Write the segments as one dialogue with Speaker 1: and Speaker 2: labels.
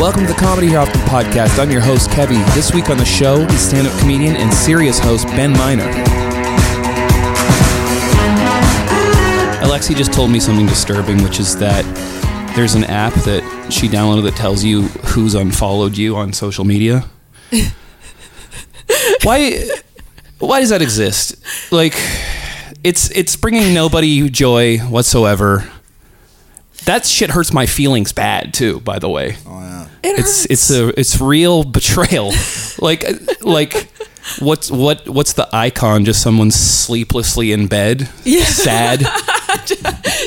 Speaker 1: Welcome to the Comedy Here Often podcast. I'm your host, Kevy. This week on the show is stand up comedian and serious host, Ben Miner. Alexi just told me something disturbing, which is that there's an app that she downloaded that tells you who's unfollowed you on social media. why why does that exist? Like it's it's bringing nobody joy whatsoever. That shit hurts my feelings bad too, by the way
Speaker 2: Oh,
Speaker 3: It
Speaker 1: it's
Speaker 3: hurts.
Speaker 1: it's a it's real betrayal like like what's what what's the icon just someone sleeplessly in bed
Speaker 3: Yeah.
Speaker 1: sad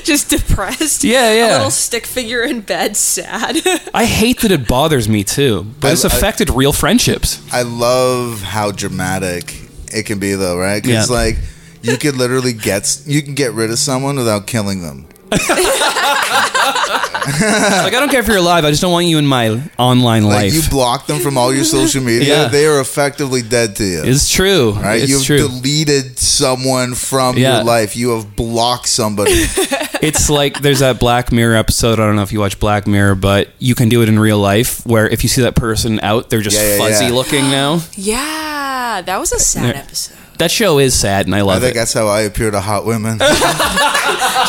Speaker 3: just depressed.
Speaker 1: Yeah, yeah.
Speaker 3: A little stick figure in bed, sad.
Speaker 1: i hate that it bothers me too but
Speaker 2: I-
Speaker 1: it's
Speaker 2: I-
Speaker 1: affected real friendships
Speaker 2: I love how dramatic it can be, though, right?
Speaker 1: Yeah.
Speaker 2: Because like you could literally get s- you can get rid of someone without killing them.
Speaker 1: like i don't care if you're alive i just don't want you in my online
Speaker 2: Ah. Like
Speaker 1: life
Speaker 2: you block them from all your social media,
Speaker 1: Yeah.
Speaker 2: they are effectively dead to you.
Speaker 1: it's true
Speaker 2: right?
Speaker 1: it's
Speaker 2: You've
Speaker 1: true
Speaker 2: deleted someone from
Speaker 1: Yeah.
Speaker 2: your life. You have blocked somebody.
Speaker 1: it's like there's that Black Mirror episode. I don't know if you watch Black Mirror, but you can do it in real life where if you see that person out, they're just
Speaker 2: Yeah, yeah,
Speaker 1: fuzzy
Speaker 2: yeah.
Speaker 1: looking now.
Speaker 3: yeah, that was a sad
Speaker 1: Yeah.
Speaker 3: episode.
Speaker 1: That show is sad, and I love
Speaker 2: I think
Speaker 1: it.
Speaker 2: that's how I appear to hot women.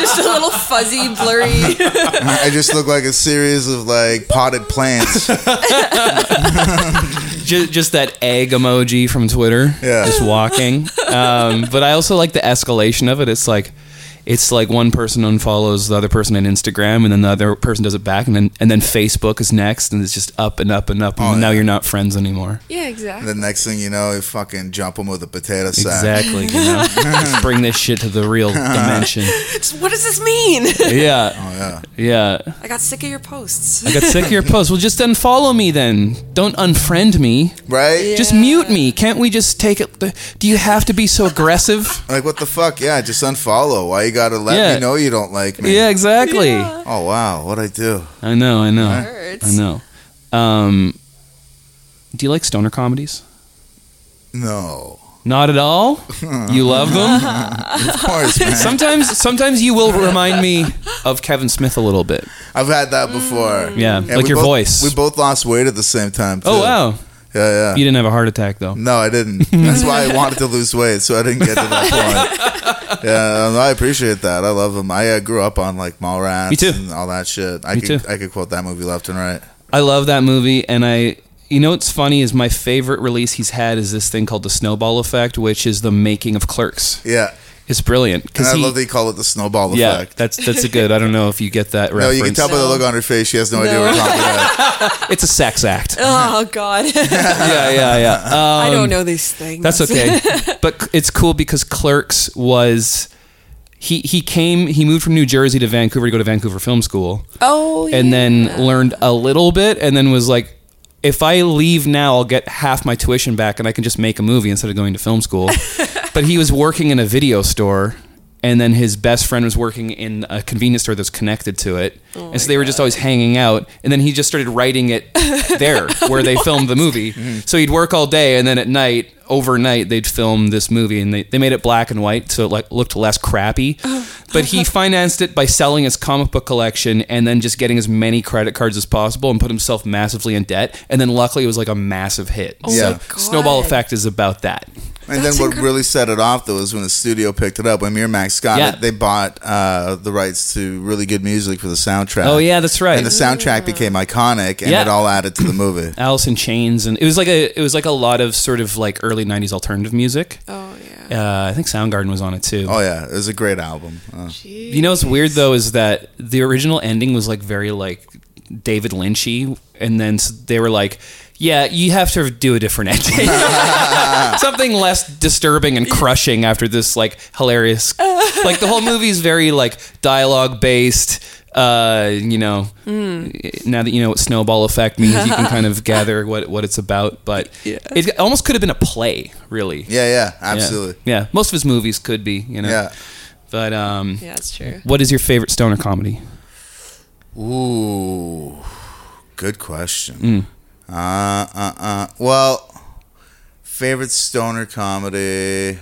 Speaker 3: Just a little fuzzy, blurry.
Speaker 2: I just look like a series of like potted plants.
Speaker 1: just, just that egg emoji from Twitter.
Speaker 2: Yeah.
Speaker 1: Just walking. Um, but I also like the escalation of it. It's like it's like one person unfollows the other person on Instagram and then the other person does it back and then and then Facebook is next and it's just up and up and up and
Speaker 2: Oh,
Speaker 1: now
Speaker 2: yeah.
Speaker 1: you're not friends anymore.
Speaker 3: yeah, exactly.
Speaker 2: the next thing you know, you fucking jump them with a potato sack.
Speaker 1: Exactly. You know? Let's bring this shit to the real dimension.
Speaker 3: It's- what does this mean?
Speaker 1: Yeah.
Speaker 2: Oh yeah.
Speaker 1: Yeah.
Speaker 3: I got sick of your posts.
Speaker 1: I got sick of your post. Well just unfollow me then. Don't unfriend me.
Speaker 2: Right?
Speaker 1: Just mute me. Can't we just take it do you have to be so aggressive?
Speaker 2: Like what the fuck? Yeah, just unfollow. Why you gotta let
Speaker 1: Yeah.
Speaker 2: me know you don't like me?
Speaker 1: Yeah, exactly.
Speaker 3: Yeah.
Speaker 2: Oh wow, what I do?
Speaker 1: I know, I know.
Speaker 3: Hurts.
Speaker 1: I know. Um, do you like stoner comedies?
Speaker 2: No,
Speaker 1: Not at all. You love them.
Speaker 2: of course, man.
Speaker 1: Sometimes, sometimes you will remind me of Kevin Smith a little bit.
Speaker 2: I've had that before.
Speaker 1: Yeah,
Speaker 2: And
Speaker 1: like
Speaker 2: we
Speaker 1: your
Speaker 2: both-
Speaker 1: voice.
Speaker 2: We both lost weight at the same time. Too.
Speaker 1: oh wow,
Speaker 2: Yeah,
Speaker 1: you
Speaker 2: yeah.
Speaker 1: didn't have a heart attack though.
Speaker 2: No, I didn't. That's why I wanted to lose weight, so I didn't get to that point. Yeah, no, I appreciate that. I love him. I uh, grew up on like Mallrats
Speaker 1: Me too.
Speaker 2: and all that shit. I
Speaker 1: Me
Speaker 2: could
Speaker 1: too.
Speaker 2: I could quote that movie left and right.
Speaker 1: I love that movie, and I. You know what's funny is my favorite release he's had is this thing called the Snowball Effect, which is the making of Clerks.
Speaker 2: Yeah,
Speaker 1: It's brilliant
Speaker 2: and
Speaker 1: because
Speaker 2: I
Speaker 1: he.
Speaker 2: love that you call it the snowball
Speaker 1: yeah,
Speaker 2: effect.
Speaker 1: that's that's a good. I don't know if you get that
Speaker 2: no,
Speaker 1: reference.
Speaker 2: you can tell by the
Speaker 3: No.
Speaker 2: look on her face; she has no, idea what we're talking about.
Speaker 1: It's a sex act.
Speaker 3: Oh God,
Speaker 1: yeah, yeah, yeah.
Speaker 3: I don't know these things.
Speaker 1: Um, That's okay. but c- it's cool because Clerks was he he came he moved from New Jersey to Vancouver to go to Vancouver Film School
Speaker 3: Oh, yeah.
Speaker 1: and then learned a little bit and then was like if I leave now I'll get half my tuition back and I can just make a movie instead of going to film school. but he was working in a video store and then his best friend was working in a convenience store that's connected to it.
Speaker 3: Oh
Speaker 1: and so they were just always hanging out and then he just started writing it there where they filmed the movie.
Speaker 3: Mm-hmm.
Speaker 1: So he'd work all day and then at night overnight they'd film this movie and they, they made it black and white so it like looked less crappy
Speaker 3: Oh.
Speaker 1: but he financed it by selling his comic book collection and then just getting as many credit cards as possible and put himself massively in debt and then luckily it was like a massive hit
Speaker 3: Oh my
Speaker 1: so
Speaker 2: Yeah.
Speaker 3: God.
Speaker 1: snowball effect is about that
Speaker 2: And then
Speaker 3: That's
Speaker 2: what
Speaker 3: incredible.
Speaker 2: really set it off though was when the studio picked it up. When Miramax got
Speaker 1: Yeah.
Speaker 2: it, they bought uh, the rights to really good music for the soundtrack.
Speaker 1: oh yeah that's right
Speaker 2: and the soundtrack became iconic, and
Speaker 1: Yeah.
Speaker 2: it all added to the movie.
Speaker 1: alice in chains and it was like a it was like a lot of sort of like early 90s alternative music
Speaker 3: Oh yeah.
Speaker 1: uh, i think soundgarden was on it too
Speaker 2: Oh yeah, it was a great album. Uh,
Speaker 1: You know what's weird though is that the original ending was like very like David Lynchy, and then s- they were like, "Yeah, you have to do a different ending, something less disturbing and crushing." After this, like hilarious, like the whole movie is very like dialogue based. Uh, you know, now that you know what snowball effect means, you can kind of gather what what it's about. But it almost could have been a play, really.
Speaker 2: yeah, yeah, absolutely.
Speaker 1: Yeah. yeah, most of his movies could be. You know.
Speaker 2: Yeah.
Speaker 1: But um,
Speaker 3: Yeah, that's true.
Speaker 1: what is your favorite stoner comedy?
Speaker 2: Ooh, good
Speaker 1: Mm.
Speaker 2: question. Uh, uh, uh. Well, favorite stoner comedy.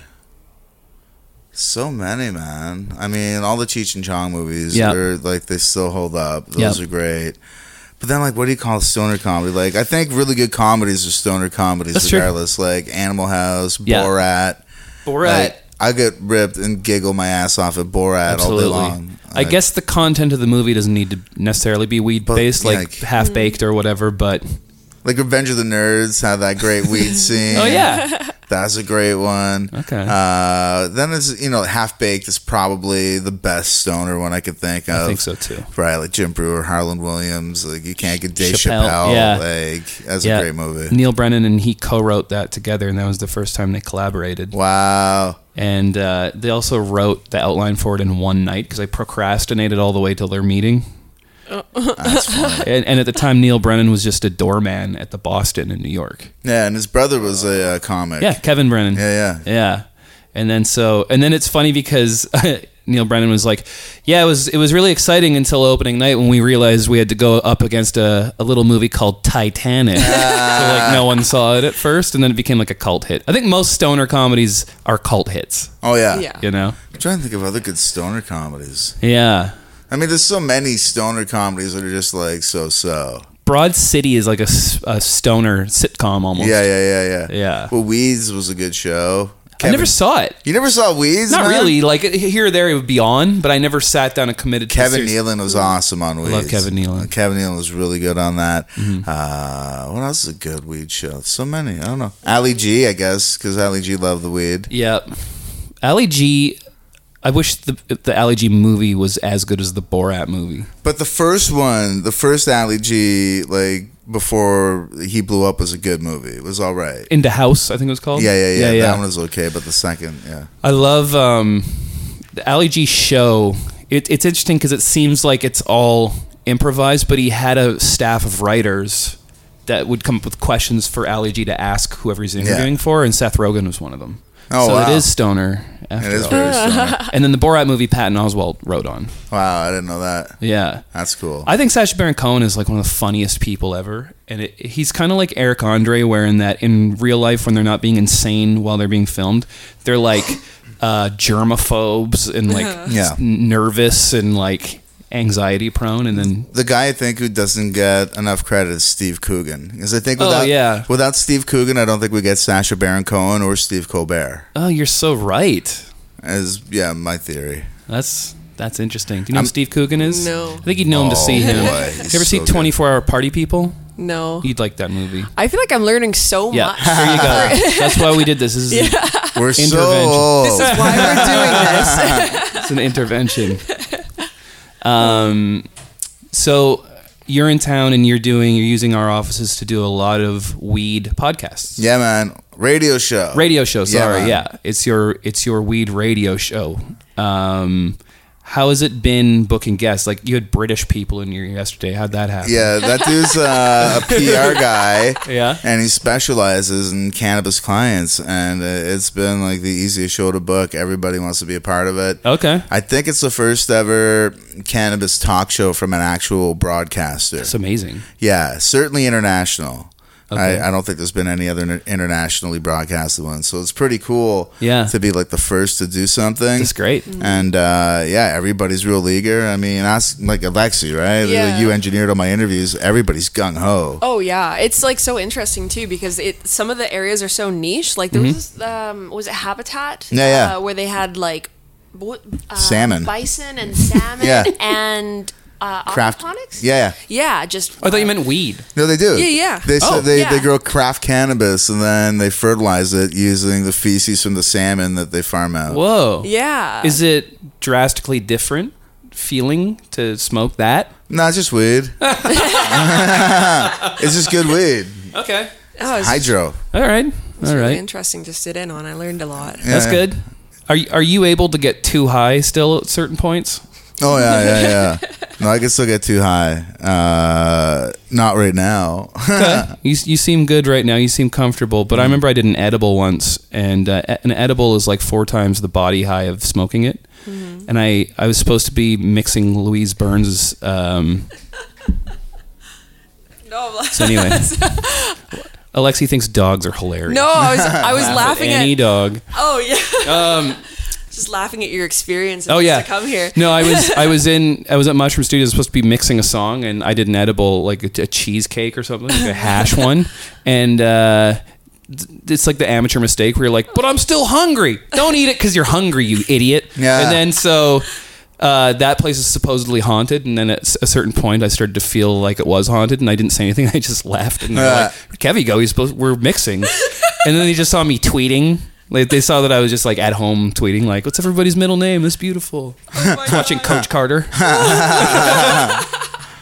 Speaker 2: So many, man. I mean, all the Cheech and Chong movies
Speaker 1: Yeah.
Speaker 2: are like they still hold up.
Speaker 1: Yeah.
Speaker 2: Those are great. But then, like, what do you call stoner comedy? Like, I think really good comedies are stoner comedies,
Speaker 1: That's true.
Speaker 2: regardless. Like Animal House,
Speaker 1: Yeah.
Speaker 2: Borat.
Speaker 1: Borat.
Speaker 2: Like, I get ripped and giggle my ass off at Borat
Speaker 1: Absolutely.
Speaker 2: all day long.
Speaker 1: I
Speaker 2: Like,
Speaker 1: guess the content of the movie doesn't need to necessarily be weed based,
Speaker 2: But,
Speaker 1: like,
Speaker 2: like-
Speaker 1: half baked or whatever. But
Speaker 2: like Revenge of the Nerds had that great weed scene.
Speaker 1: oh yeah,
Speaker 2: That's a great one.
Speaker 1: Okay.
Speaker 2: Uh, then it's you know half baked is probably the best stoner one I could think of.
Speaker 1: I think so too.
Speaker 2: Right, like Jim Brewer, Harlan Williams. Like you can't get Dave
Speaker 1: Chappelle,
Speaker 2: Chappelle.
Speaker 1: yeah.
Speaker 2: Like that's
Speaker 1: yeah,
Speaker 2: a great movie.
Speaker 1: Neil Brennan and he co-wrote that together, and that was the first time they collaborated.
Speaker 2: Wow.
Speaker 1: And uh, they also wrote the outline for it in one night because I procrastinated all the way till their meeting.
Speaker 2: That's funny.
Speaker 1: And, and at the time, Neil Brennan was just a doorman at the Boston in New York.
Speaker 2: yeah, and his brother was a uh, comic.
Speaker 1: Yeah, Kevin Brennan.
Speaker 2: Yeah, yeah.
Speaker 1: Yeah. And then so and then it's funny because Neil Brennan was like, "Yeah, it was it was really exciting until opening night when we realized we had to go up against a, a little movie called Titanic. so like no one saw it at first, and then it became like a cult hit. I think most stoner comedies are cult hits.
Speaker 2: Oh yeah.
Speaker 3: Yeah.
Speaker 1: You know?
Speaker 2: I'm trying to think of other good stoner comedies.
Speaker 1: Yeah.
Speaker 2: I mean, there's so many stoner comedies that are just like so so.
Speaker 1: Broad City is like a, s- a stoner sitcom almost.
Speaker 2: Yeah, yeah, yeah, yeah.
Speaker 1: Yeah.
Speaker 2: Well, Weeds was a good show.
Speaker 1: I
Speaker 2: Kevin,
Speaker 1: never saw it.
Speaker 2: you never saw Weeds?
Speaker 1: Not
Speaker 2: man?
Speaker 1: really. Like here or there, it would be on, but I never sat down and committed. to the
Speaker 2: Kevin
Speaker 1: series.
Speaker 2: Nealon was awesome on Weeds.
Speaker 1: love Kevin Nealon. Mm-hmm.
Speaker 2: Kevin Nealon was really good on that. Uh, what else is a good weed show? So many. I don't know. Ali G, I guess, because Ali G loved the weed.
Speaker 1: Yep. Ali G. I wish the the Ali G movie was as good as the Borat movie.
Speaker 2: But the first one, the first Ali G, like before he blew up, was a good movie. It was all right.
Speaker 1: Into House, I think it was called.
Speaker 2: Yeah, yeah, yeah. That one was okay, but the second, yeah.
Speaker 1: I love um, the Ali G show. It, it's interesting because it seems like it's all improvised, but he had a staff of writers that would come up with questions for Ali G to ask whoever he's interviewing for, and Seth Rogen was one of them.
Speaker 2: Oh,
Speaker 1: so
Speaker 2: wow.
Speaker 1: it is stoner. After
Speaker 2: It is
Speaker 1: all.
Speaker 2: very similar.
Speaker 1: and then the Borat movie, Patton Oswald wrote on.
Speaker 2: wow, I didn't know that.
Speaker 1: Yeah.
Speaker 2: That's cool.
Speaker 1: I think Sacha Baron Cohen is like one of the funniest people ever, and it, he's kind of like Eric Andre, wherein that in real life, when they're not being insane while they're being filmed, they're like uh, germaphobes and like
Speaker 2: Yeah.
Speaker 1: s- nervous and like anxiety prone, and then
Speaker 2: the guy I think who doesn't get enough credit is Steve Coogan. Because I think
Speaker 1: Oh,
Speaker 2: without,
Speaker 1: yeah.
Speaker 2: without Steve Coogan, I don't think we get Sasha Baron Cohen or Steve Colbert.
Speaker 1: oh, you're so right.
Speaker 2: Is yeah, my theory.
Speaker 1: That's that's interesting. Do you know who Steve Coogan is?
Speaker 3: No.
Speaker 1: I think you'd know him to
Speaker 2: Oh,
Speaker 1: see him.
Speaker 2: boy,
Speaker 1: Did you ever
Speaker 2: he's so
Speaker 1: see
Speaker 2: good.
Speaker 1: Twenty Four Hour Party People?
Speaker 3: No.
Speaker 1: You'd like that movie.
Speaker 3: I feel like I'm learning so
Speaker 1: Yeah,
Speaker 3: much.
Speaker 1: there you go. That's why we did this. This is
Speaker 2: We're so
Speaker 1: Intervention.
Speaker 2: old.
Speaker 3: This is why we're doing this.
Speaker 1: it's an intervention. Um, so you're in town and you're doing you're using our offices to do a lot of weed podcasts,
Speaker 2: yeah, man. Radio show.
Speaker 1: radio show.
Speaker 2: Yeah,
Speaker 1: Sorry, yeah,
Speaker 2: man.
Speaker 1: it's your it's your weed radio show. Um, how has it been booking guests? Like you had British people in here yesterday. How'd that happen?
Speaker 2: Yeah, that dude's uh, a PR guy.
Speaker 1: Yeah.
Speaker 2: And he specializes in cannabis clients, and uh, it's been like the easiest show to book. Everybody wants to be a part of it.
Speaker 1: Okay.
Speaker 2: I think it's the first ever cannabis talk show from an actual broadcaster.
Speaker 1: It's amazing.
Speaker 2: Yeah, certainly international.
Speaker 1: Okay.
Speaker 2: I, I don't think there's been any other inter- internationally broadcasted one, so it's pretty cool.
Speaker 1: Yeah.
Speaker 2: to be like the first to do something.
Speaker 1: It's great.
Speaker 2: And uh, yeah, everybody's real eager. I mean, ask like Alexi, right?
Speaker 3: Yeah.
Speaker 2: You engineered all my interviews. Everybody's gung ho.
Speaker 3: Oh yeah, it's like so interesting too because it some of the areas are so niche. Like there was this, um, was it Habitat?
Speaker 2: Mm-hmm. Yeah, yeah.
Speaker 3: Uh, where they had like what, uh,
Speaker 2: Salmon.
Speaker 3: bison, and salmon,
Speaker 2: Yeah.
Speaker 3: and uh,
Speaker 2: Craft.
Speaker 3: aquaponics.
Speaker 2: Yeah.
Speaker 3: yeah, just
Speaker 1: I thought you meant weed.
Speaker 2: No, they do.
Speaker 3: Yeah, yeah.
Speaker 2: They s-
Speaker 1: Oh.
Speaker 2: they
Speaker 3: Yeah.
Speaker 2: they grow craft cannabis and then they fertilize it using the feces from the salmon that they farm out.
Speaker 1: Whoa.
Speaker 3: yeah.
Speaker 1: Is it drastically different feeling to smoke that?
Speaker 2: No, it's just weed. it's just good weed.
Speaker 1: Okay.
Speaker 3: oh, it's
Speaker 2: Hydro.
Speaker 1: All right. All
Speaker 3: really
Speaker 1: right.
Speaker 3: interesting to sit in on. I learned a lot.
Speaker 1: That's
Speaker 2: Yeah.
Speaker 1: good. Are you, are you able to get too high still at certain points?
Speaker 2: Oh yeah, yeah, yeah. No, I can still get too high. Uh, not right now.
Speaker 1: You, you seem good right now. You seem comfortable. But I remember I did an edible once, and uh, e- an edible is like four times the body high of smoking it.
Speaker 3: Mm-hmm.
Speaker 1: And I, I was supposed to be mixing Louise Burns. Um,
Speaker 3: No, I'm
Speaker 1: so anyway, Alexi thinks dogs are hilarious.
Speaker 3: no, I was I was
Speaker 1: Laugh at
Speaker 3: laughing
Speaker 1: any
Speaker 3: at.
Speaker 1: dog.
Speaker 3: Oh yeah, Just laughing at your experience.
Speaker 1: Oh yeah,
Speaker 3: to come here.
Speaker 1: No, I was I was in I was at Mushroom Studios supposed to be mixing a song, and I did an edible like a, a cheesecake or something, like a hash one, and uh, th- it's like the amateur mistake where you're like, but I'm still hungry. Don't eat it because you're hungry, you idiot.
Speaker 2: Yeah.
Speaker 1: And then so. Uh, that place is supposedly haunted, and then at s- a certain point, I started to feel like it was haunted, and I didn't say anything. I just left, and they're like, "Kevy, go. He's supposed we're mixing," and then they just saw me tweeting. Like they saw that I was just like at home tweeting, like, "What's everybody's middle name? That's beautiful."
Speaker 3: Oh my
Speaker 1: watching
Speaker 3: God.
Speaker 1: Coach Carter.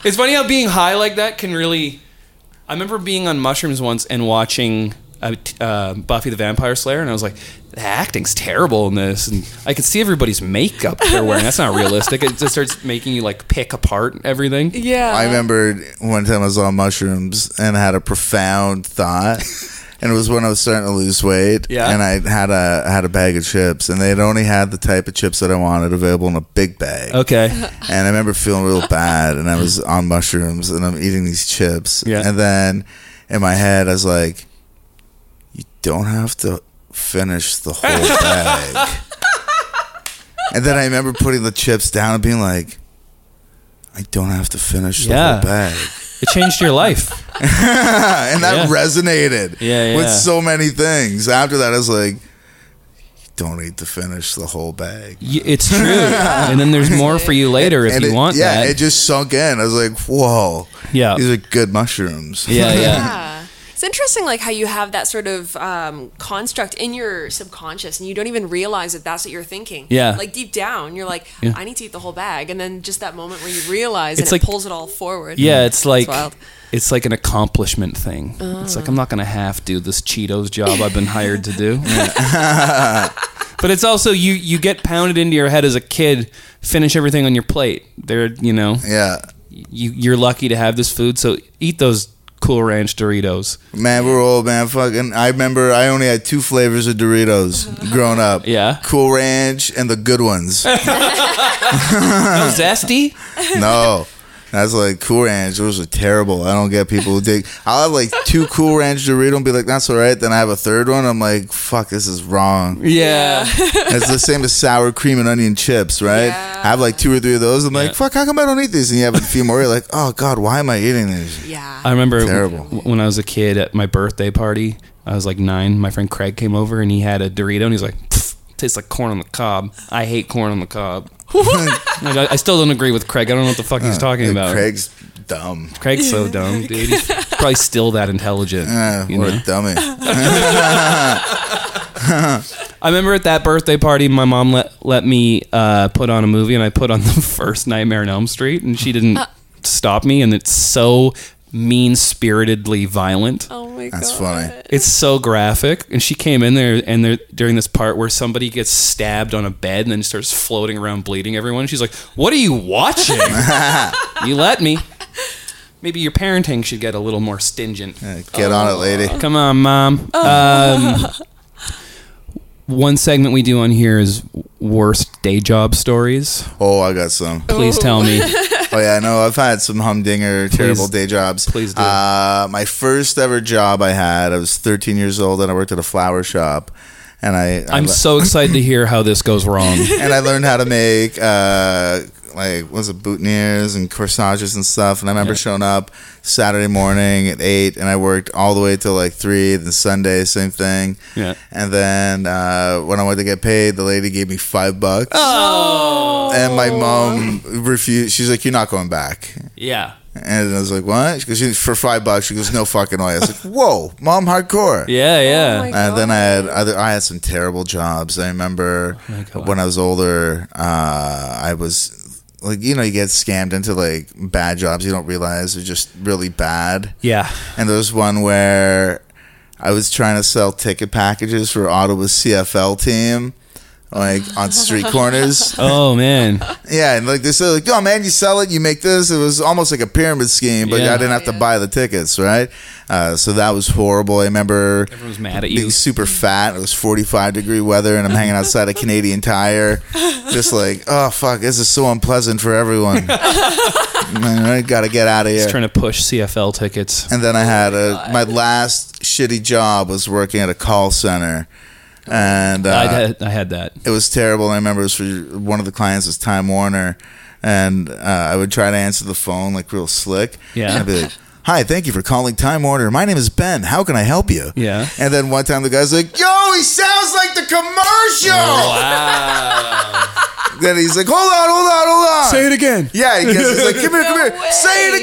Speaker 1: it's funny how being high like that can really. I remember being on mushrooms once and watching uh, t- uh, Buffy the Vampire Slayer, and I was like, "The acting's terrible in this." And I could see everybody's makeup they're wearing. That's not realistic. It just starts making you like pick apart everything.
Speaker 3: Yeah.
Speaker 2: I remember one time I was on mushrooms and had a profound thought. And it was when I was starting to lose weight,
Speaker 1: Yeah.
Speaker 2: and I had a I had a bag of chips, and they had only had the type of chips that I wanted available in a big bag.
Speaker 1: Okay.
Speaker 2: And I remember feeling real bad, and I was on mushrooms, and I'm eating these chips,
Speaker 1: Yeah.
Speaker 2: and then in my head I was like, "You don't have to finish the whole bag." and then I remember putting the chips down and being like, "I don't have to finish the
Speaker 1: Yeah.
Speaker 2: whole bag."
Speaker 1: It changed your life.
Speaker 2: and that
Speaker 1: Yeah.
Speaker 2: resonated
Speaker 1: Yeah,
Speaker 2: with
Speaker 1: yeah.
Speaker 2: so many things. After that, I was like, don't need to finish the whole bag.
Speaker 1: Y- It's true. And then there's more for you later if
Speaker 2: And
Speaker 1: you
Speaker 2: it-
Speaker 1: want
Speaker 2: yeah,
Speaker 1: that.
Speaker 2: it just sunk in. I was like, whoa.
Speaker 1: Yeah.
Speaker 2: These are good mushrooms.
Speaker 1: yeah, yeah.
Speaker 3: Yeah. It's interesting, like how you have that sort of um, construct in your subconscious, and you don't even realize that that's what you're thinking.
Speaker 1: Yeah.
Speaker 3: Like deep down, you're like,
Speaker 1: Yeah.
Speaker 3: I need to eat the whole bag, and then just that moment where you realize,
Speaker 1: It's
Speaker 3: and
Speaker 1: like-
Speaker 3: it pulls it all forward.
Speaker 1: Yeah, Mm. it's Uh. like
Speaker 3: wild.
Speaker 1: it's, like an accomplishment thing. It's like I'm not gonna half do this Cheetos job I've been hired to do. but it's also you you get pounded into your head as a kid. Finish everything on your plate. There, you know,
Speaker 2: Yeah.
Speaker 1: you you're lucky to have this food, so eat those Cool Ranch Doritos.
Speaker 2: Man, we're old, man. Fucking, I remember I only had two flavors of Doritos growing up.
Speaker 1: Yeah.
Speaker 2: Cool Ranch and the good ones.
Speaker 1: No zesty.
Speaker 2: no. That's like Cool Ranch. Those are terrible. I don't get people who dig. I'll have like two Cool Ranch Dorito and be like, that's all right. Then I have a third one. I'm like, fuck, this is wrong.
Speaker 1: Yeah.
Speaker 2: It's the same as sour cream and onion chips, right?
Speaker 3: Yeah.
Speaker 2: I have like two or three of those. I'm
Speaker 1: Yeah.
Speaker 2: like, fuck, how come I don't eat these? And you have a few more. You're like, oh, God, why am I eating these?
Speaker 3: Yeah.
Speaker 1: I remember
Speaker 2: Terrible.
Speaker 1: w- when I was a kid at my birthday party. I was like nine. My friend Craig came over and he had a Dorito and he's like, "Pfft, "Tastes like corn on the cob." I hate corn on the cob. Like, I, I still don't agree with Craig. I don't know what the fuck he's talking
Speaker 2: Like,
Speaker 1: about.
Speaker 2: Craig's dumb.
Speaker 1: Craig's so dumb, dude. He's probably still that intelligent.
Speaker 2: Uh,
Speaker 1: you
Speaker 2: what
Speaker 1: know?
Speaker 2: a dummy.
Speaker 1: I remember at that birthday party, my mom let let me uh, put on a movie, and I put on the first Nightmare on Elm Street, and she didn't stop me. And it's so mean spiritedly violent.
Speaker 3: oh my god.
Speaker 2: That's funny.
Speaker 1: It's so graphic. And she came in there and there during this part where somebody gets stabbed on a bed and then starts floating around bleeding everyone. She's like, What are you watching? you let me. Maybe your parenting should get a little more stingent.
Speaker 2: Uh, Get on it, lady.
Speaker 1: Come on, mom. Um,
Speaker 2: Oh.
Speaker 1: one segment we do on here is worst day job stories.
Speaker 2: Oh, I got some.
Speaker 1: Please tell me.
Speaker 2: Oh yeah, no, I've had some humdinger, terrible day jobs.
Speaker 1: please do.
Speaker 2: Uh, my first ever job I had, I was 13 years old, and I worked at a flower shop, and I, I
Speaker 1: I'm
Speaker 2: le-
Speaker 1: so excited to hear how this goes wrong.
Speaker 2: and I learned how to make uh, like what was it boutonnieres and corsages and stuff. And I remember showing up Saturday morning at eight, and I worked all the way till like three. Then Sunday, same thing.
Speaker 1: Yeah.
Speaker 2: And then uh, when I went to get paid, the lady gave me five bucks. Oh. And my mom refused. She's like, "You're not going back."
Speaker 1: Yeah.
Speaker 2: And I was like, "What?" She goes, "You- "For five bucks." She goes, "No fucking way." I was like, "Whoa, mom, hardcore."
Speaker 1: Yeah, yeah.
Speaker 3: my
Speaker 2: And then I had other, I had some terrible jobs. I remember
Speaker 1: Oh my God.
Speaker 2: when I was older, uh, I was like, you know, you get scammed into like bad jobs you don't realize are just really bad.
Speaker 1: yeah.
Speaker 2: And there was one where I was trying to sell ticket packages for Ottawa's CFL team. Like on street corners,
Speaker 1: Oh, man.
Speaker 2: yeah, and like they said, like, oh man, you sell it, you make this. It was almost like a pyramid scheme, but
Speaker 1: Yeah.
Speaker 2: I didn't have to buy the tickets, right? Uh, so that was horrible. I remember
Speaker 1: Everyone's mad at you.
Speaker 2: being super fat. It was 45 degree weather, and I'm hanging outside a Canadian tire. Just like, oh, fuck, this is so unpleasant for everyone. Man, I got to get out of
Speaker 1: Just
Speaker 2: here.
Speaker 1: trying to push CFL tickets. Oh
Speaker 2: And then I had a, my last shitty job was working at a call center. and uh,
Speaker 1: I had I had that.
Speaker 2: it was terrible. And I remember it was for one of the clients was Time Warner, and uh, I would try to answer the phone like real slick.
Speaker 1: Yeah.
Speaker 2: And I'd be like, "Hi, thank you for calling Time Warner. My name is Ben. How can I help you?"
Speaker 1: Yeah.
Speaker 2: And then one time the guy's like, "Yo, he sounds like the commercial."
Speaker 1: Wow.
Speaker 2: then he's like, "Hold on, hold on, hold on."
Speaker 1: it again.
Speaker 2: yeah, he gets, he's like, come here, come
Speaker 3: No
Speaker 2: here,
Speaker 3: way.
Speaker 2: say it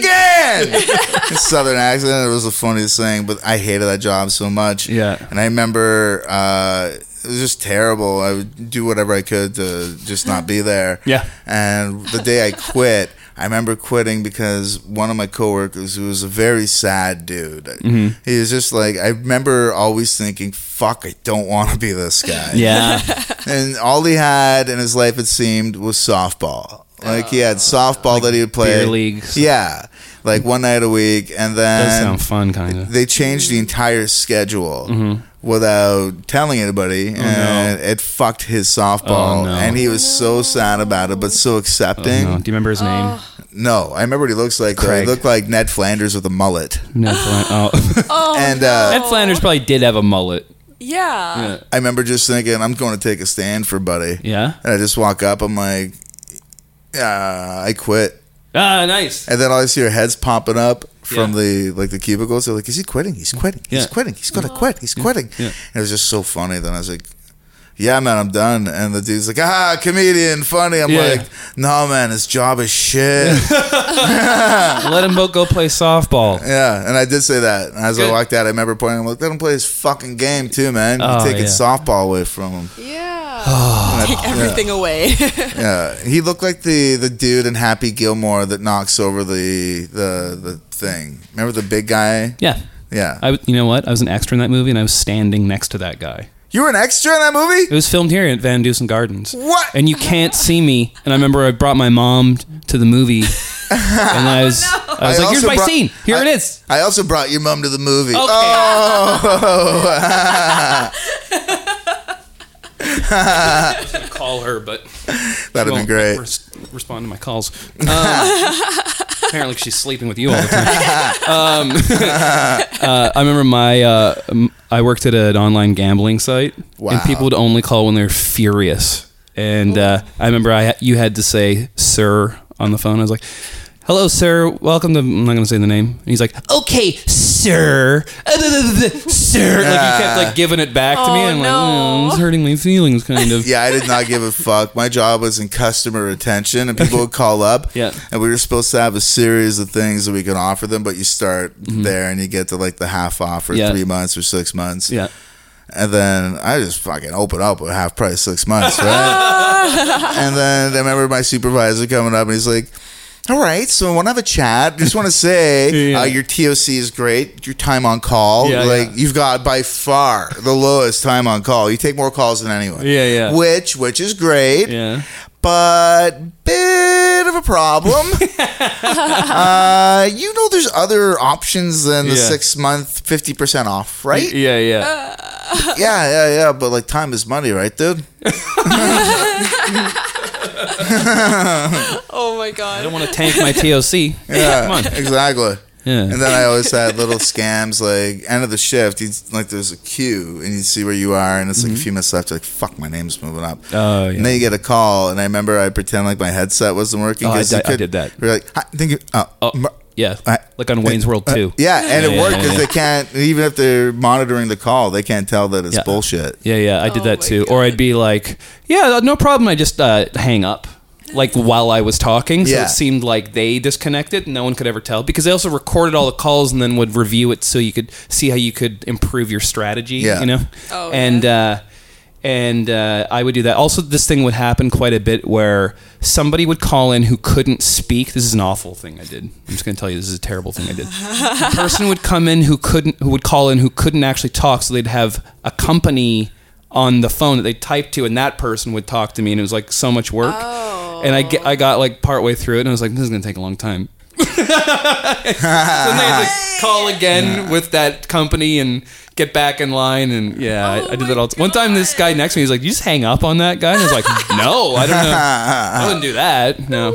Speaker 2: again. Southern accent, it was the funniest thing, but I hated that job so much.
Speaker 1: Yeah.
Speaker 2: And I remember uh, it was just terrible. I would do whatever I could to just not be there.
Speaker 1: Yeah.
Speaker 2: And the day I quit, I remember quitting because one of my coworkers, who was a very sad dude,
Speaker 1: Mm-hmm.
Speaker 2: he was just like, I remember always thinking, fuck, I don't want to be this guy
Speaker 1: Yeah.
Speaker 2: and all he had in his life, it seemed, was softball. Like he had softball that he would play.
Speaker 1: Uh, beer leagues.
Speaker 2: Yeah, like one night a week, and
Speaker 1: Does
Speaker 2: then
Speaker 1: sound fun, kind of.
Speaker 2: they changed the entire schedule
Speaker 1: Mm-hmm.
Speaker 2: without telling anybody, and it fucked his softball.
Speaker 1: Oh, no. Oh,
Speaker 2: And he was so sad about it, but so accepting.
Speaker 1: No. Do you remember his name?
Speaker 2: no. I remember what he looks like. Though. He
Speaker 1: Craig.
Speaker 2: looked like Ned Flanders with a mullet.
Speaker 1: Ned Flanders. Oh.
Speaker 3: Oh,
Speaker 2: and uh,
Speaker 1: Ned Flanders probably did have a mullet.
Speaker 3: yeah.
Speaker 1: Yeah.
Speaker 2: I remember just thinking, I'm going to take a stand for Buddy.
Speaker 1: Yeah.
Speaker 2: And I just walk up. I'm like, yeah, I quit.
Speaker 1: Ah, nice.
Speaker 2: And then all I see are heads popping up from
Speaker 1: Yeah.
Speaker 2: the like the cubicles. They're like, "Is he quitting? He's quitting. He's
Speaker 1: Yeah.
Speaker 2: quitting. He's gonna quit. He's quitting."
Speaker 1: Yeah.
Speaker 2: And it was just so funny. Then I was like, "Yeah, man, I'm done." And the dude's like, "Ah, comedian, funny." I'm
Speaker 1: Yeah.
Speaker 2: like, "No, man, his job is shit."
Speaker 1: Let them both go play softball.
Speaker 2: yeah. And I did say that. And as I
Speaker 1: Good.
Speaker 2: walked out, I remember pointing. I'm like, "Let him play his fucking game too, man. You're
Speaker 1: Oh,
Speaker 2: taking
Speaker 1: yeah.
Speaker 2: softball away from him."
Speaker 3: Yeah.
Speaker 2: And I-
Speaker 3: Take everything away.
Speaker 2: yeah. He looked like the the dude in Happy Gilmore that knocks over the the the thing. Remember the big guy?
Speaker 1: Yeah.
Speaker 2: Yeah.
Speaker 1: I, w- you know what? I was an extra in that movie, and I was standing next to that guy.
Speaker 2: You were an extra in that movie?
Speaker 1: It was filmed here at Van Dusen Gardens.
Speaker 2: What?
Speaker 1: And you can't see me. And I remember I brought my mom to the movie, and I was, I was
Speaker 2: I
Speaker 1: like, "Here's
Speaker 2: also
Speaker 1: my
Speaker 2: brought-
Speaker 1: scene. Here
Speaker 2: I-
Speaker 1: it is."
Speaker 2: I also brought your mom to the movie.
Speaker 1: Okay.
Speaker 2: Oh,
Speaker 1: Call her, but
Speaker 2: that'd
Speaker 1: Well,
Speaker 2: be great.
Speaker 1: res- respond to my calls. Um, apparently, she's sleeping with you all the time. Um, uh, I remember my uh, m- I worked at an online gambling site,
Speaker 2: Wow.
Speaker 1: and people would only call when they're furious. And uh, I remember I ha- you had to say "sir" on the phone. I was like. Hello, sir. Welcome to. I'm not going to say the name. And he's like, "Okay, sir, Uh, blah, blah, blah, blah, sir." Like you kept like giving it back to me.
Speaker 3: Oh,
Speaker 1: and I'm
Speaker 3: no.
Speaker 1: like, "Mm, it's hurting my feelings, kind of.
Speaker 2: Yeah, I did not give a fuck. My job was in customer retention, and people would call up.
Speaker 1: Yeah.
Speaker 2: And we were supposed to have a series of things that we could offer them, but you start there and you get to like the half off or
Speaker 1: Mm-hmm. Yeah.
Speaker 2: three months or six months.
Speaker 1: yeah.
Speaker 2: And then I just fucking open up at half price six months, right? and then I remember my supervisor coming up and he's like, all right, so I want to have a chat. Just want to say
Speaker 1: Yeah.
Speaker 2: uh, your TOC is great. Your time on call,
Speaker 1: Yeah,
Speaker 2: like
Speaker 1: yeah.
Speaker 2: you've got by far the lowest time on call. You take more calls than anyone.
Speaker 1: Yeah, yeah.
Speaker 2: Which, which is great
Speaker 1: Yeah.
Speaker 2: but bit of a problem. uh, you know, there's other options than the
Speaker 1: Yeah.
Speaker 2: six month fifty percent off, right? Yeah.
Speaker 1: Yeah. Yeah.
Speaker 2: yeah, yeah, But like, time is money, right, dude?
Speaker 3: oh my god.
Speaker 1: I don't want to tank my TOC.
Speaker 2: Yeah,
Speaker 1: Come on.
Speaker 2: exactly.
Speaker 1: Yeah.
Speaker 2: And then I always had little scams like end of the shift. You'd, like there's a queue and you'd see where you are, and it's like a few minutes left. You're like, fuck, my name's moving up.
Speaker 1: Mm-hmm. Oh, yeah.
Speaker 2: And then you get a call, and I remember I pretend like my headset wasn't working.
Speaker 1: Oh, I
Speaker 2: 'cause you
Speaker 1: did- I
Speaker 2: could-
Speaker 1: did that.
Speaker 2: We're like, Hi, thank you. Uh,
Speaker 1: Oh,
Speaker 2: mer-
Speaker 1: yeah.
Speaker 2: I- uh,
Speaker 1: Like on Wayne's World 2.
Speaker 2: Yeah, and it
Speaker 1: Yeah,
Speaker 2: worked
Speaker 1: yeah,
Speaker 2: because
Speaker 1: yeah.
Speaker 2: they can't even if they're monitoring the call, they can't tell that it's
Speaker 1: Yeah.
Speaker 2: bullshit.
Speaker 1: Yeah, yeah. I did
Speaker 3: Oh
Speaker 1: that
Speaker 3: my
Speaker 1: too. Or I'd be like, yeah, no problem. I just uh, hang up. Like while I was talking, so
Speaker 2: Yeah.
Speaker 1: it seemed like they disconnected. and No one could ever tell because they also recorded all the calls and then would review it so you could see how you could improve your strategy.
Speaker 2: Yeah.
Speaker 1: you know.
Speaker 3: Oh,
Speaker 1: and uh, and uh, I would do that. Also, this thing would happen quite a bit where somebody would call in who couldn't speak. This is an awful thing I did. I'm just going to tell you this is a terrible thing I did. The person would come in who couldn't, who would call in who couldn't actually talk, so they'd have a company on the phone that they typed to, and that person would talk to me, and it was like so much work. And I get, I got like partway through it, and I was like, this is going to take a long time. So then they had to call again with that company and get back in line. And yeah, I, I did that all. T- one time, this guy next to me was like, "You just hang up on that guy," and I was like, "No, I don't know. I wouldn't do that. No,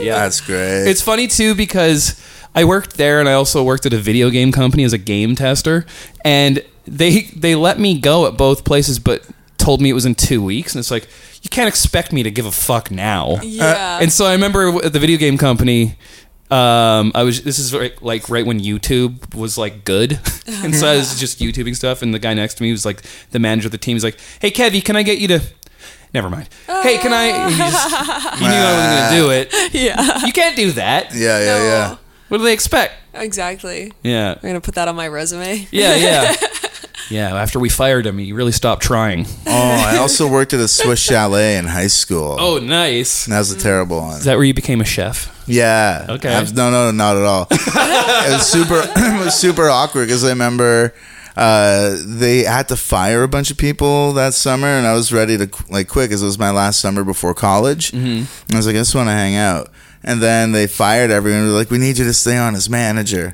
Speaker 1: yeah,
Speaker 2: That's great.
Speaker 1: It's funny too because I worked there and I also worked at a video game company as a game tester, and they they let me go at both places, but told me it was in two weeks, and it's like you can't expect me to give a fuck now.
Speaker 3: Yeah.
Speaker 1: Uh, And so I remember w- at the video game company, um, I was this is right, like right when YouTube was like good, and so I was just YouTubing stuff, and the guy next to me was like the manager of the team. He's like, "Hey, Kevy, can I get you to?" Never mind. Hey, can I? and You, just, you knew I wasn't gonna do it.
Speaker 3: yeah.
Speaker 1: You can't do that.
Speaker 2: Yeah, yeah,
Speaker 3: No.
Speaker 2: yeah.
Speaker 1: What do they expect?
Speaker 3: Exactly.
Speaker 1: Yeah,
Speaker 3: We're gonna put that on my resume.
Speaker 1: yeah, yeah, yeah. After we fired him, he really stopped trying.
Speaker 2: Oh, I also worked at a Swiss chalet in high school.
Speaker 1: Oh, nice.
Speaker 2: And that was a terrible one.
Speaker 1: Is that where you became a chef?
Speaker 2: Yeah.
Speaker 1: Okay.
Speaker 2: I was- no, no, not at all. it was super, it was super awkward because I remember uh, they had to fire a bunch of people that summer, and I was ready to qu- like quit because it was my last summer before college. Mm-hmm. I was like, I just want to hang out. And then they fired everyone. They're like, we need you to stay on as manager.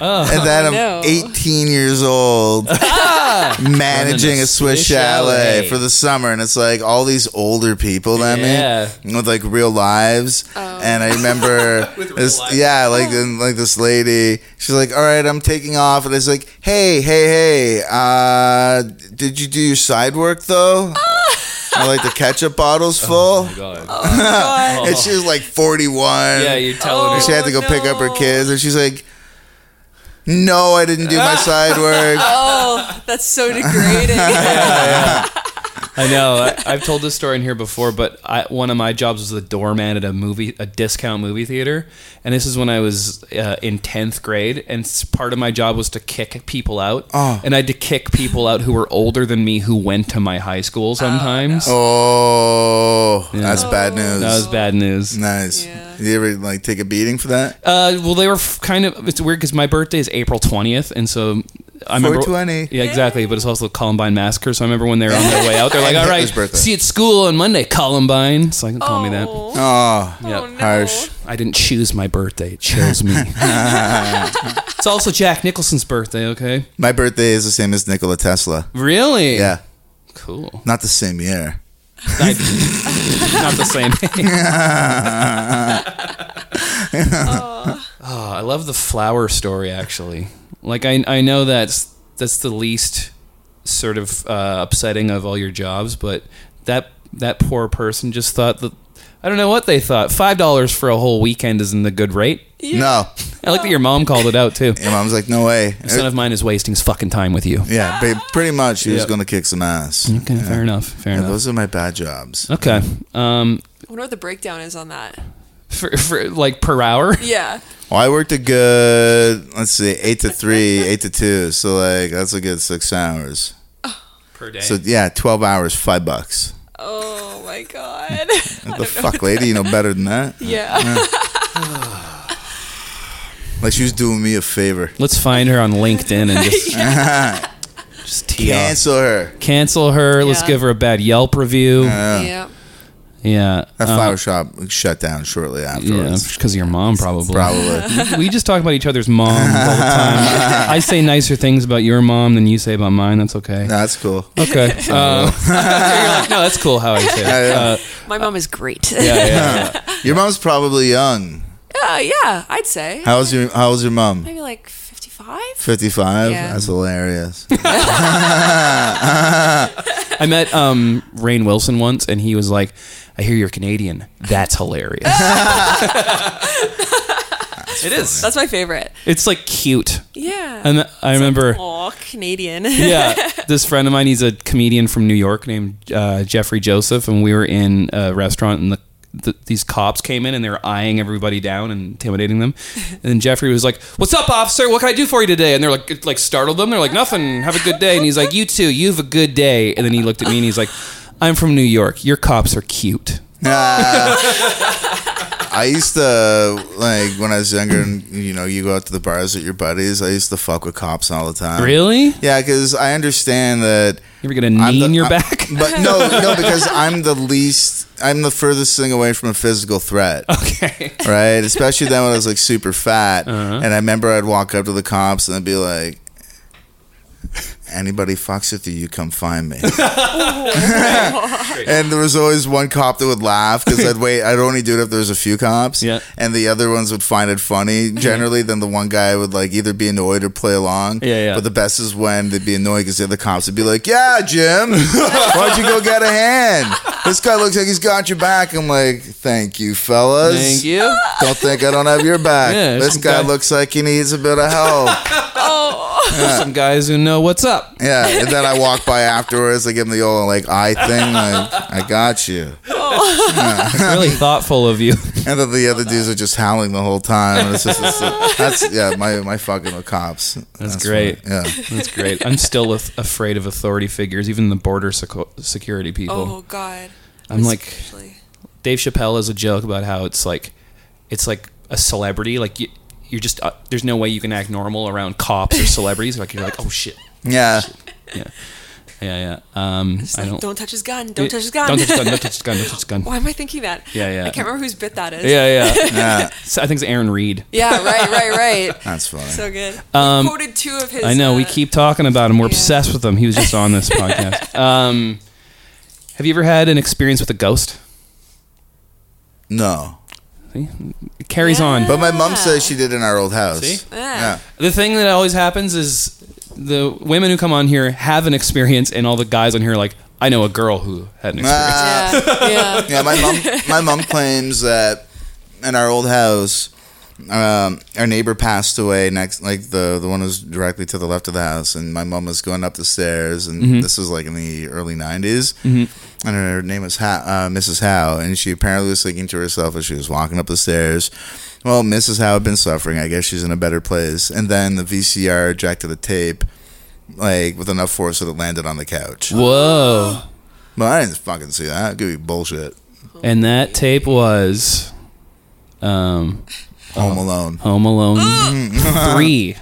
Speaker 1: Oh,
Speaker 2: And then I'm
Speaker 3: no.
Speaker 2: 18 years old, managing
Speaker 1: Running
Speaker 2: a
Speaker 1: a
Speaker 2: Swiss
Speaker 1: Ah. Swiss
Speaker 2: chalet,
Speaker 1: chalet.
Speaker 2: for the summer, and it's like all these older people that
Speaker 1: Yeah.
Speaker 2: me with like real lives. And I remember
Speaker 1: real
Speaker 2: this,
Speaker 1: lives.
Speaker 2: yeah, like and, like this lady. She's like, "All right, I'm taking off," and it's like, "Hey, hey, hey, uh, did you do your side work though?" Are like the ketchup bottles
Speaker 1: Oh
Speaker 2: full,
Speaker 1: God.
Speaker 2: and she was like 41.
Speaker 1: Yeah, you're telling
Speaker 3: Oh.
Speaker 1: her.
Speaker 2: And she had to go pick up her kids, and she's like, "No, I didn't do my side work."
Speaker 3: Oh, that's so degrading.
Speaker 1: I know. I, I've told this story in here before, but I, one of my jobs was the doorman at a movie, a discount movie theater, and this is when I was uh, in tenth grade. And s- part of my job was to kick people out,
Speaker 2: Oh.
Speaker 1: and I had to kick people out who were older than me who went to my high school sometimes.
Speaker 2: Oh, that's bad news.
Speaker 1: That was bad news.
Speaker 2: nice.
Speaker 3: Yeah.
Speaker 2: Did you ever like take a beating for that?
Speaker 1: Uh, well, they were f- kind of. It's weird because my birthday is April twentieth, and so I remember.
Speaker 2: 420.
Speaker 1: Yeah, exactly. But it's also Columbine massacre, so I remember when they were on their way out, they're like,
Speaker 2: And
Speaker 1: "All right,
Speaker 2: Hitler's birthday."
Speaker 1: see you at school on Monday, Columbine." So I can call me that.
Speaker 3: Oh,
Speaker 2: Oh,
Speaker 3: oh,
Speaker 1: Yep.
Speaker 3: no.
Speaker 2: harsh.
Speaker 1: I didn't choose my birthday; it chose me. it's also Jack Nicholson's birthday. Okay,
Speaker 2: My birthday is the same as Nikola Tesla.
Speaker 1: really?
Speaker 2: Yeah,
Speaker 1: cool.
Speaker 2: not the same year.
Speaker 1: I- not the same. oh, I love the flower story. Actually, like I I know that's that's the least sort of uh, upsetting of all your jobs, but that that poor person just thought that. I don't know what they thought. Five dollars for a whole weekend isn't a good rate.
Speaker 3: Yeah.
Speaker 2: No,
Speaker 1: I like that your mom called it out too.
Speaker 2: and mom's like, no way.
Speaker 1: Son of mine is wasting his fucking time with you.
Speaker 2: yeah, but pretty much she was
Speaker 1: Yeah.
Speaker 2: gonna kick some ass.
Speaker 1: Okay, fair enough. Fair
Speaker 2: Yeah,
Speaker 1: enough.
Speaker 2: those are my bad jobs.
Speaker 1: Okay. Um,
Speaker 3: I wonder what the breakdown is on that.
Speaker 1: for, for like per hour.
Speaker 3: Yeah.
Speaker 2: Well, I worked a good, let's see, eight to three, eight to two. So like that's a good six hours.
Speaker 1: Per day.
Speaker 2: So yeah, twelve hours, five bucks.
Speaker 3: Oh my god.
Speaker 2: What the fuck, lady? You know better than that.
Speaker 3: yeah.
Speaker 2: Like she was doing me a favor.
Speaker 1: Let's find her on LinkedIn and just just tee off.
Speaker 2: Cancel her.
Speaker 1: Cancel her. Let's
Speaker 3: Yeah.
Speaker 1: give her a bad Yelp review.
Speaker 3: Yeah.
Speaker 1: yeah.
Speaker 2: That
Speaker 1: Um,
Speaker 2: flower shop shut down shortly
Speaker 1: yeah,
Speaker 2: afterwards.
Speaker 1: because of your mom, probably.
Speaker 2: Probably.
Speaker 1: We just talk about each other's moms all the time. I say nicer things about your mom than you say about mine. That's okay.
Speaker 2: No, that's cool.
Speaker 1: Okay. Uh, you're like, no, that's cool how I say it. Uh,
Speaker 3: My mom is great.
Speaker 1: yeah, yeah, yeah.
Speaker 2: Your mom's probably young.
Speaker 3: Uh, yeah, I'd say.
Speaker 2: How was your How was your mom?
Speaker 3: Maybe like 55?
Speaker 2: Fifty five.
Speaker 3: Yeah.
Speaker 2: That's hilarious.
Speaker 1: I met um, Rain Wilson once, and he was like, "I hear you're Canadian. That's hilarious." it is.
Speaker 3: That's my favorite.
Speaker 1: It's like cute.
Speaker 3: Yeah.
Speaker 1: And I remember,
Speaker 3: Aw, Canadian.
Speaker 1: yeah, this friend of mine. He's a comedian from New York named uh, Jeffrey Joseph, and we were in a restaurant, and the, the these cops came in, and they were eyeing everybody down and intimidating them. And then Jeffrey was like, "What's up, officer? What can I do for you today?" And they're like, it, like startled them. They're like, "Nothing. Have a good day." And he's like, "You too. You have a good day." And then he looked at me, and he's like, "I'm from New York. Your cops are cute."
Speaker 2: I used to like when I was younger, and you know, you go out to the bars with your buddies. I used to fuck with cops all the time.
Speaker 1: Really? You
Speaker 2: Yeah, because I understand that.
Speaker 1: ever get a knee
Speaker 2: I'm the-
Speaker 1: in your
Speaker 2: I-
Speaker 1: back?
Speaker 2: But no, no, because I'm the least. I'm the furthest thing away from a physical threat.
Speaker 1: okay.
Speaker 2: right? Especially then when I was like
Speaker 1: Uh-huh.
Speaker 2: super fat, and I remember I'd walk up to the cops and I'd be like, anybody fucks with you, you come find me. and there was always one cop that would laugh because I'd wait. I'd only do it if there was a few cops.
Speaker 1: Yeah.
Speaker 2: And the other ones would find it funny. Generally, then the one guy would like either be annoyed or play along.
Speaker 1: Yeah, yeah.
Speaker 2: But the best is when they'd be annoyed because the other cops would be like, "Yeah, Jim, why'd you go get a hand? This guy looks like he's got your back." I'm like, "Thank you, fellas.
Speaker 1: Thank you.
Speaker 2: Don't think I don't have your back.
Speaker 1: Yeah,
Speaker 2: this
Speaker 1: some
Speaker 2: guy
Speaker 1: guy-
Speaker 2: looks like he needs a bit of help."
Speaker 3: Oh.
Speaker 1: Some guys who know what's up.
Speaker 2: Yeah, and then I walk by afterwards. I give him the old like eye thing, like I got you.
Speaker 1: Really thoughtful of you.
Speaker 2: And then the other dudes are just howling the whole time. And it's just it's, that's yeah, my my fucking with cops. That's,
Speaker 1: great.
Speaker 2: what- yeah,
Speaker 1: That's great. I'm still af- afraid of authority figures, even the border secu- security people.
Speaker 3: Oh God.
Speaker 1: I'm like-
Speaker 3: Especially.
Speaker 1: Dave Chappelle has a joke about how it's like, it's like a celebrity. Like you, you're just uh, there's no way you can act normal around cops or celebrities. Like you're like, oh shit.
Speaker 2: yeah.
Speaker 1: Yeah, yeah. Um,
Speaker 3: It's
Speaker 1: I
Speaker 3: like,
Speaker 1: don't.
Speaker 3: don't, touch his gun. Don't touch his gun.
Speaker 1: Don't touch his gun. Don't touch his gun. Don't touch his gun.
Speaker 3: Why am I thinking that?
Speaker 1: Yeah, yeah.
Speaker 3: I can't remember whose bit that is.
Speaker 1: Yeah, yeah.
Speaker 2: yeah.
Speaker 1: So I think it's Aaron Reed.
Speaker 3: Yeah, right, right, right.
Speaker 2: That's funny.
Speaker 3: So good.
Speaker 1: Um,
Speaker 3: we quoted two of his.
Speaker 1: I know. We
Speaker 3: uh,
Speaker 1: keep talking about him. We're
Speaker 3: yeah.
Speaker 1: obsessed with him. He was just on this podcast. Um, have you ever had an experience with a ghost?
Speaker 2: no,
Speaker 1: See? It carries on.
Speaker 2: but my mom says she did in our old house.
Speaker 1: See?
Speaker 2: Yeah.
Speaker 3: Yeah.
Speaker 1: The thing that always happens is the women who come on here have an experience, and all the guys on here are like, I know a girl who had an experience.
Speaker 2: Ah.
Speaker 3: Yeah. yeah.
Speaker 2: yeah, my mom. My mom claims that in our old house, um, our neighbor passed away. Next, like the the one who's directly to the left of the house, and my mom was going up the stairs, and this was like in the early 90s and her name was How, uh, Mrs. Howe, and she apparently was thinking to herself as she was walking up the stairs. Well, Mrs. Howe had been suffering. I guess she's in a better place. And then the VCR ejected the tape, like with enough force that it landed on the couch.
Speaker 1: Whoa.
Speaker 2: But I didn't fucking see that. It could be bullshit.
Speaker 1: And that tape was um,
Speaker 2: Home Alone.
Speaker 1: Home Alone
Speaker 2: Mm.
Speaker 1: 3.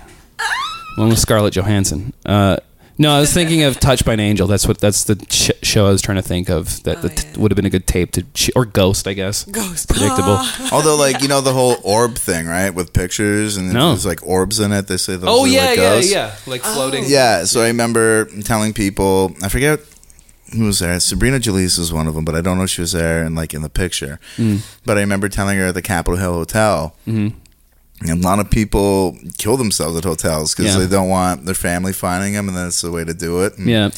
Speaker 1: One with Scarlett Johansson. Uh, no, I was thinking of Touched by an Angel. That's what. That's the sh- show I was trying to think of. That,
Speaker 3: Oh,
Speaker 1: that
Speaker 3: yeah.
Speaker 1: would have been a good tape to, sh- or Ghost, I guess.
Speaker 3: Ghost.
Speaker 1: Predictable.
Speaker 2: Although, like you know, the whole orb thing, right? With pictures and
Speaker 1: No.
Speaker 2: there's like orbs in it. They say those.
Speaker 1: oh
Speaker 2: are,
Speaker 1: yeah,
Speaker 2: like,
Speaker 1: yeah,
Speaker 2: ghosts.
Speaker 1: yeah. Like
Speaker 3: Oh.
Speaker 1: floating.
Speaker 2: Yeah, so I remember telling people, I forget who was there. Sabrina Jalise was one of them, but I don't know if she was there and like in the picture.
Speaker 1: Hmm.
Speaker 2: But I remember telling her at the Capitol Hill Hotel. And a lot of people kill themselves at hotels because
Speaker 1: Mm-hmm. Yeah.
Speaker 2: they don't want their family finding them, and that's the way to do it. And,
Speaker 1: Yeah.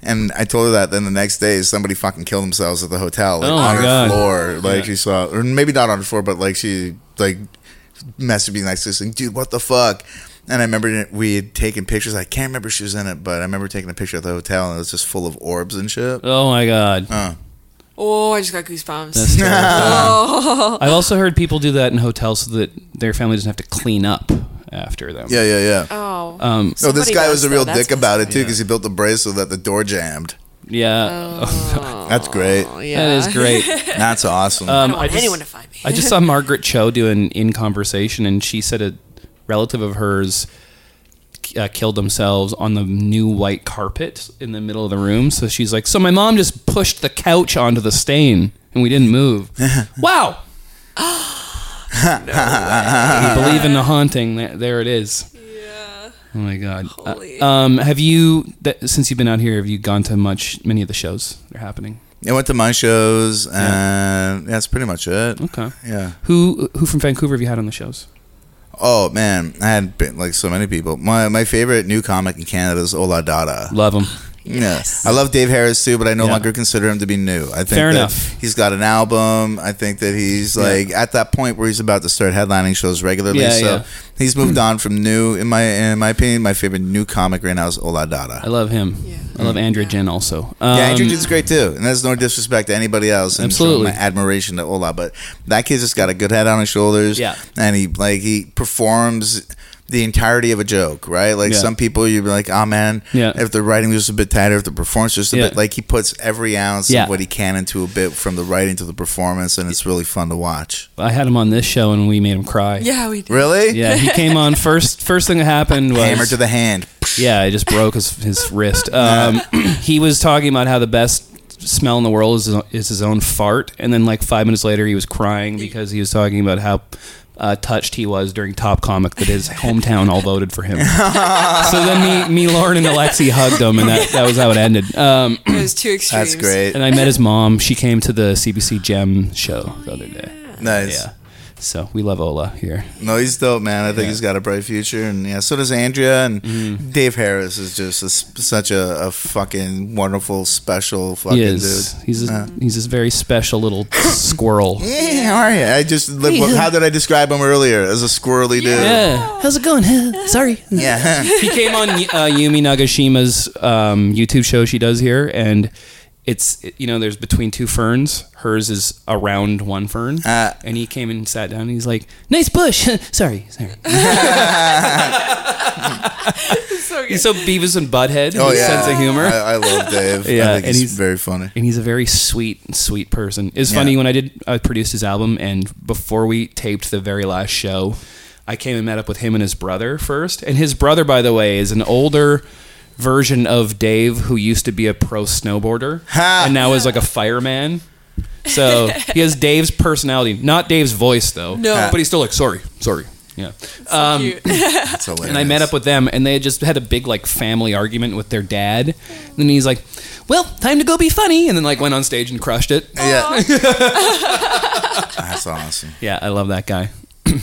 Speaker 2: and I told her that. Then the next day, somebody fucking killed themselves at the hotel, like
Speaker 1: Oh my
Speaker 2: on her
Speaker 1: God.
Speaker 2: floor. Like
Speaker 1: Yeah.
Speaker 2: she saw, or maybe not on her floor, but like she like messaged me next to us, like, dude, what the fuck? And I remember we had taken pictures. I can't remember if she was in it, but I remember taking a picture of the hotel, and it was just full of orbs and shit.
Speaker 1: Oh my God.
Speaker 2: Uh,
Speaker 3: Oh, I just got goosebumps.
Speaker 1: That's
Speaker 3: oh.
Speaker 1: I've also heard people do that in hotels so that their family doesn't have to clean up after them.
Speaker 2: yeah, yeah, yeah.
Speaker 3: Oh.
Speaker 1: Um,
Speaker 2: No, this
Speaker 3: Somebody
Speaker 2: guy
Speaker 3: does,
Speaker 2: was a
Speaker 3: though.
Speaker 2: real
Speaker 3: That's
Speaker 2: dick about it
Speaker 3: awesome.
Speaker 2: too, because he built a bracelet that the door jammed.
Speaker 1: yeah.
Speaker 2: That's great.
Speaker 3: Oh, yeah.
Speaker 1: That is great.
Speaker 2: That's awesome.
Speaker 3: I
Speaker 1: Um,
Speaker 3: don't
Speaker 1: I,
Speaker 3: want
Speaker 1: just,
Speaker 3: anyone to find me.
Speaker 1: I just saw Margaret Cho do an in conversation, and she said a relative of hers uh, killed themselves on the new white carpet in the middle of the room. So she's like, "So my mom just pushed the couch onto the stain, and we didn't move." wow. You believe in the haunting. There, there it is.
Speaker 3: yeah.
Speaker 1: Oh my god! Uh,
Speaker 3: Holy.
Speaker 1: um, have you that, since you've been out here? Have you gone to much many of the shows that are happening?
Speaker 2: I went to my shows, and that's pretty much it.
Speaker 1: Okay.
Speaker 2: Yeah.
Speaker 1: Who who from Vancouver have you had on the shows?
Speaker 2: Oh man, I had been like so many people. My my favorite new comic in Canada is Ola Dada.
Speaker 1: Love them.
Speaker 2: Yeah. I love Dave Harris too, but I no
Speaker 1: Yeah.
Speaker 2: longer consider him to be new. I think
Speaker 1: Fair
Speaker 2: that
Speaker 1: enough.
Speaker 2: he's got an album. I think that he's like at that point where he's about to start headlining shows regularly.
Speaker 1: Yeah,
Speaker 2: so
Speaker 1: yeah.
Speaker 2: he's moved on from new in my in my opinion, my favorite new comic right now is Ola
Speaker 1: I
Speaker 2: Dada.
Speaker 1: love him.
Speaker 3: Yeah.
Speaker 1: I love Andrew Jen also. Um,
Speaker 2: yeah, Andrew Jin's great too, and that's no disrespect to anybody else. And showing
Speaker 1: Absolutely.
Speaker 2: my admiration to Ola, but that kid's just got a good head on his shoulders.
Speaker 1: Yeah.
Speaker 2: and he like he performs the entirety of a joke, right? Like
Speaker 1: Yeah.
Speaker 2: some people, you'd be like, "Oh man,"
Speaker 1: Yeah.
Speaker 2: if the writing was just a bit tighter, if the performance was just a
Speaker 1: Yeah.
Speaker 2: bit like he puts every ounce
Speaker 1: Yeah.
Speaker 2: of what he can into a bit from the writing to the performance, and it's really fun to watch.
Speaker 1: I had him on this show and we made him cry.
Speaker 3: Yeah, we did.
Speaker 2: Really,
Speaker 1: Yeah, he came on first. First thing that happened was
Speaker 2: Hammer to the hand.
Speaker 1: yeah, I just broke his his wrist. Um, he was talking about how the best smell in the world is is his own fart, and then like five minutes later, he was crying because he was talking about how uh, touched he was during Top Comic that his hometown all voted for him. so then me, me, Lauren, and Alexi hugged him, and that, that was how it ended. Um,
Speaker 3: It was two extremes.
Speaker 2: That's great.
Speaker 1: and I met his mom. She came to the CBC Gem show the other day.
Speaker 2: Nice.
Speaker 1: Oh, uh, Yeah. So we love Ola here.
Speaker 2: No, he's dope, man. I think he's got a bright future, and yeah, so does Andrea. And
Speaker 1: Mm-hmm.
Speaker 2: Dave Harris is just a s such a, a fucking wonderful, special fucking
Speaker 1: he is.
Speaker 2: dude.
Speaker 1: He's a, he's this very special little squirrel.
Speaker 2: Yeah, how are you? I just like, what- how did I describe him earlier as a squirrely dude?
Speaker 1: Yeah. How's it going? Huh? Sorry.
Speaker 2: Yeah.
Speaker 1: he came on uh, Yumi Nagashima's um, YouTube show she does here, and it's you know there's between two ferns. Hers is around one fern,
Speaker 2: Ah.
Speaker 1: and he came and sat down. and He's like, "Nice bush." sorry, sorry.
Speaker 3: So good.
Speaker 1: He's so Beavis and Butthead.
Speaker 2: Oh
Speaker 1: his
Speaker 2: yeah.
Speaker 1: sense of humor.
Speaker 2: I, I love Dave.
Speaker 1: Yeah,
Speaker 2: I think
Speaker 1: and
Speaker 2: he's,
Speaker 1: he's-
Speaker 2: very funny.
Speaker 1: and he's a very sweet, sweet person. It's
Speaker 2: Yeah.
Speaker 1: funny when I did I produced his album, and before we taped the very last show, I came and met up with him and his brother first. And his brother, by the way, is an older version of Dave who used to be a pro snowboarder
Speaker 2: Ha!
Speaker 1: and now is like a fireman. So he has Dave's personality, not Dave's voice though.
Speaker 3: No.
Speaker 1: but he's still like sorry, sorry. Yeah. Um,
Speaker 3: Cute.
Speaker 2: That's hilarious.
Speaker 1: And I met up with them, and they had just had a big like family argument with their dad. And then he's like, "Well, time to go be funny," and then like went on stage and crushed it.
Speaker 2: Yeah. That's awesome.
Speaker 1: Yeah, I love that guy.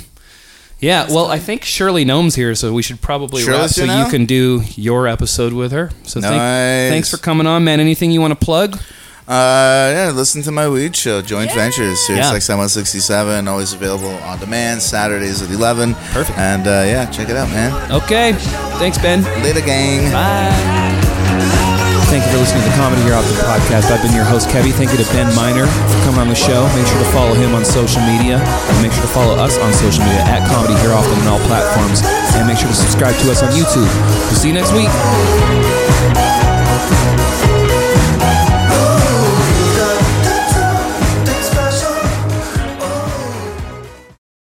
Speaker 1: yeah, well, I think Shirley Gnome's here, so we should probably wrap
Speaker 2: Shirley's
Speaker 1: so
Speaker 2: here now?
Speaker 1: you can do your episode with her. So thank-
Speaker 2: Nice.
Speaker 1: thanks for coming on, man. Anything you want to plug?
Speaker 2: Uh, yeah, listen to my weed show, Joint Ventures, Series
Speaker 1: Yeah.
Speaker 2: XM 167, always available on demand, Saturdays at 11.
Speaker 1: Perfect.
Speaker 2: And uh, yeah, check it out, man.
Speaker 1: Okay, thanks, Ben.
Speaker 2: Later, gang.
Speaker 1: Thank you for listening to the Comedy Here Optic podcast. I've been your host, Kevy. Thank you to Ben Miner for coming on the show. Make sure to follow him on social media. And make sure to follow us on social media at Comedy Here Often on all platforms. And make sure to subscribe to us on YouTube. We'll see you next week.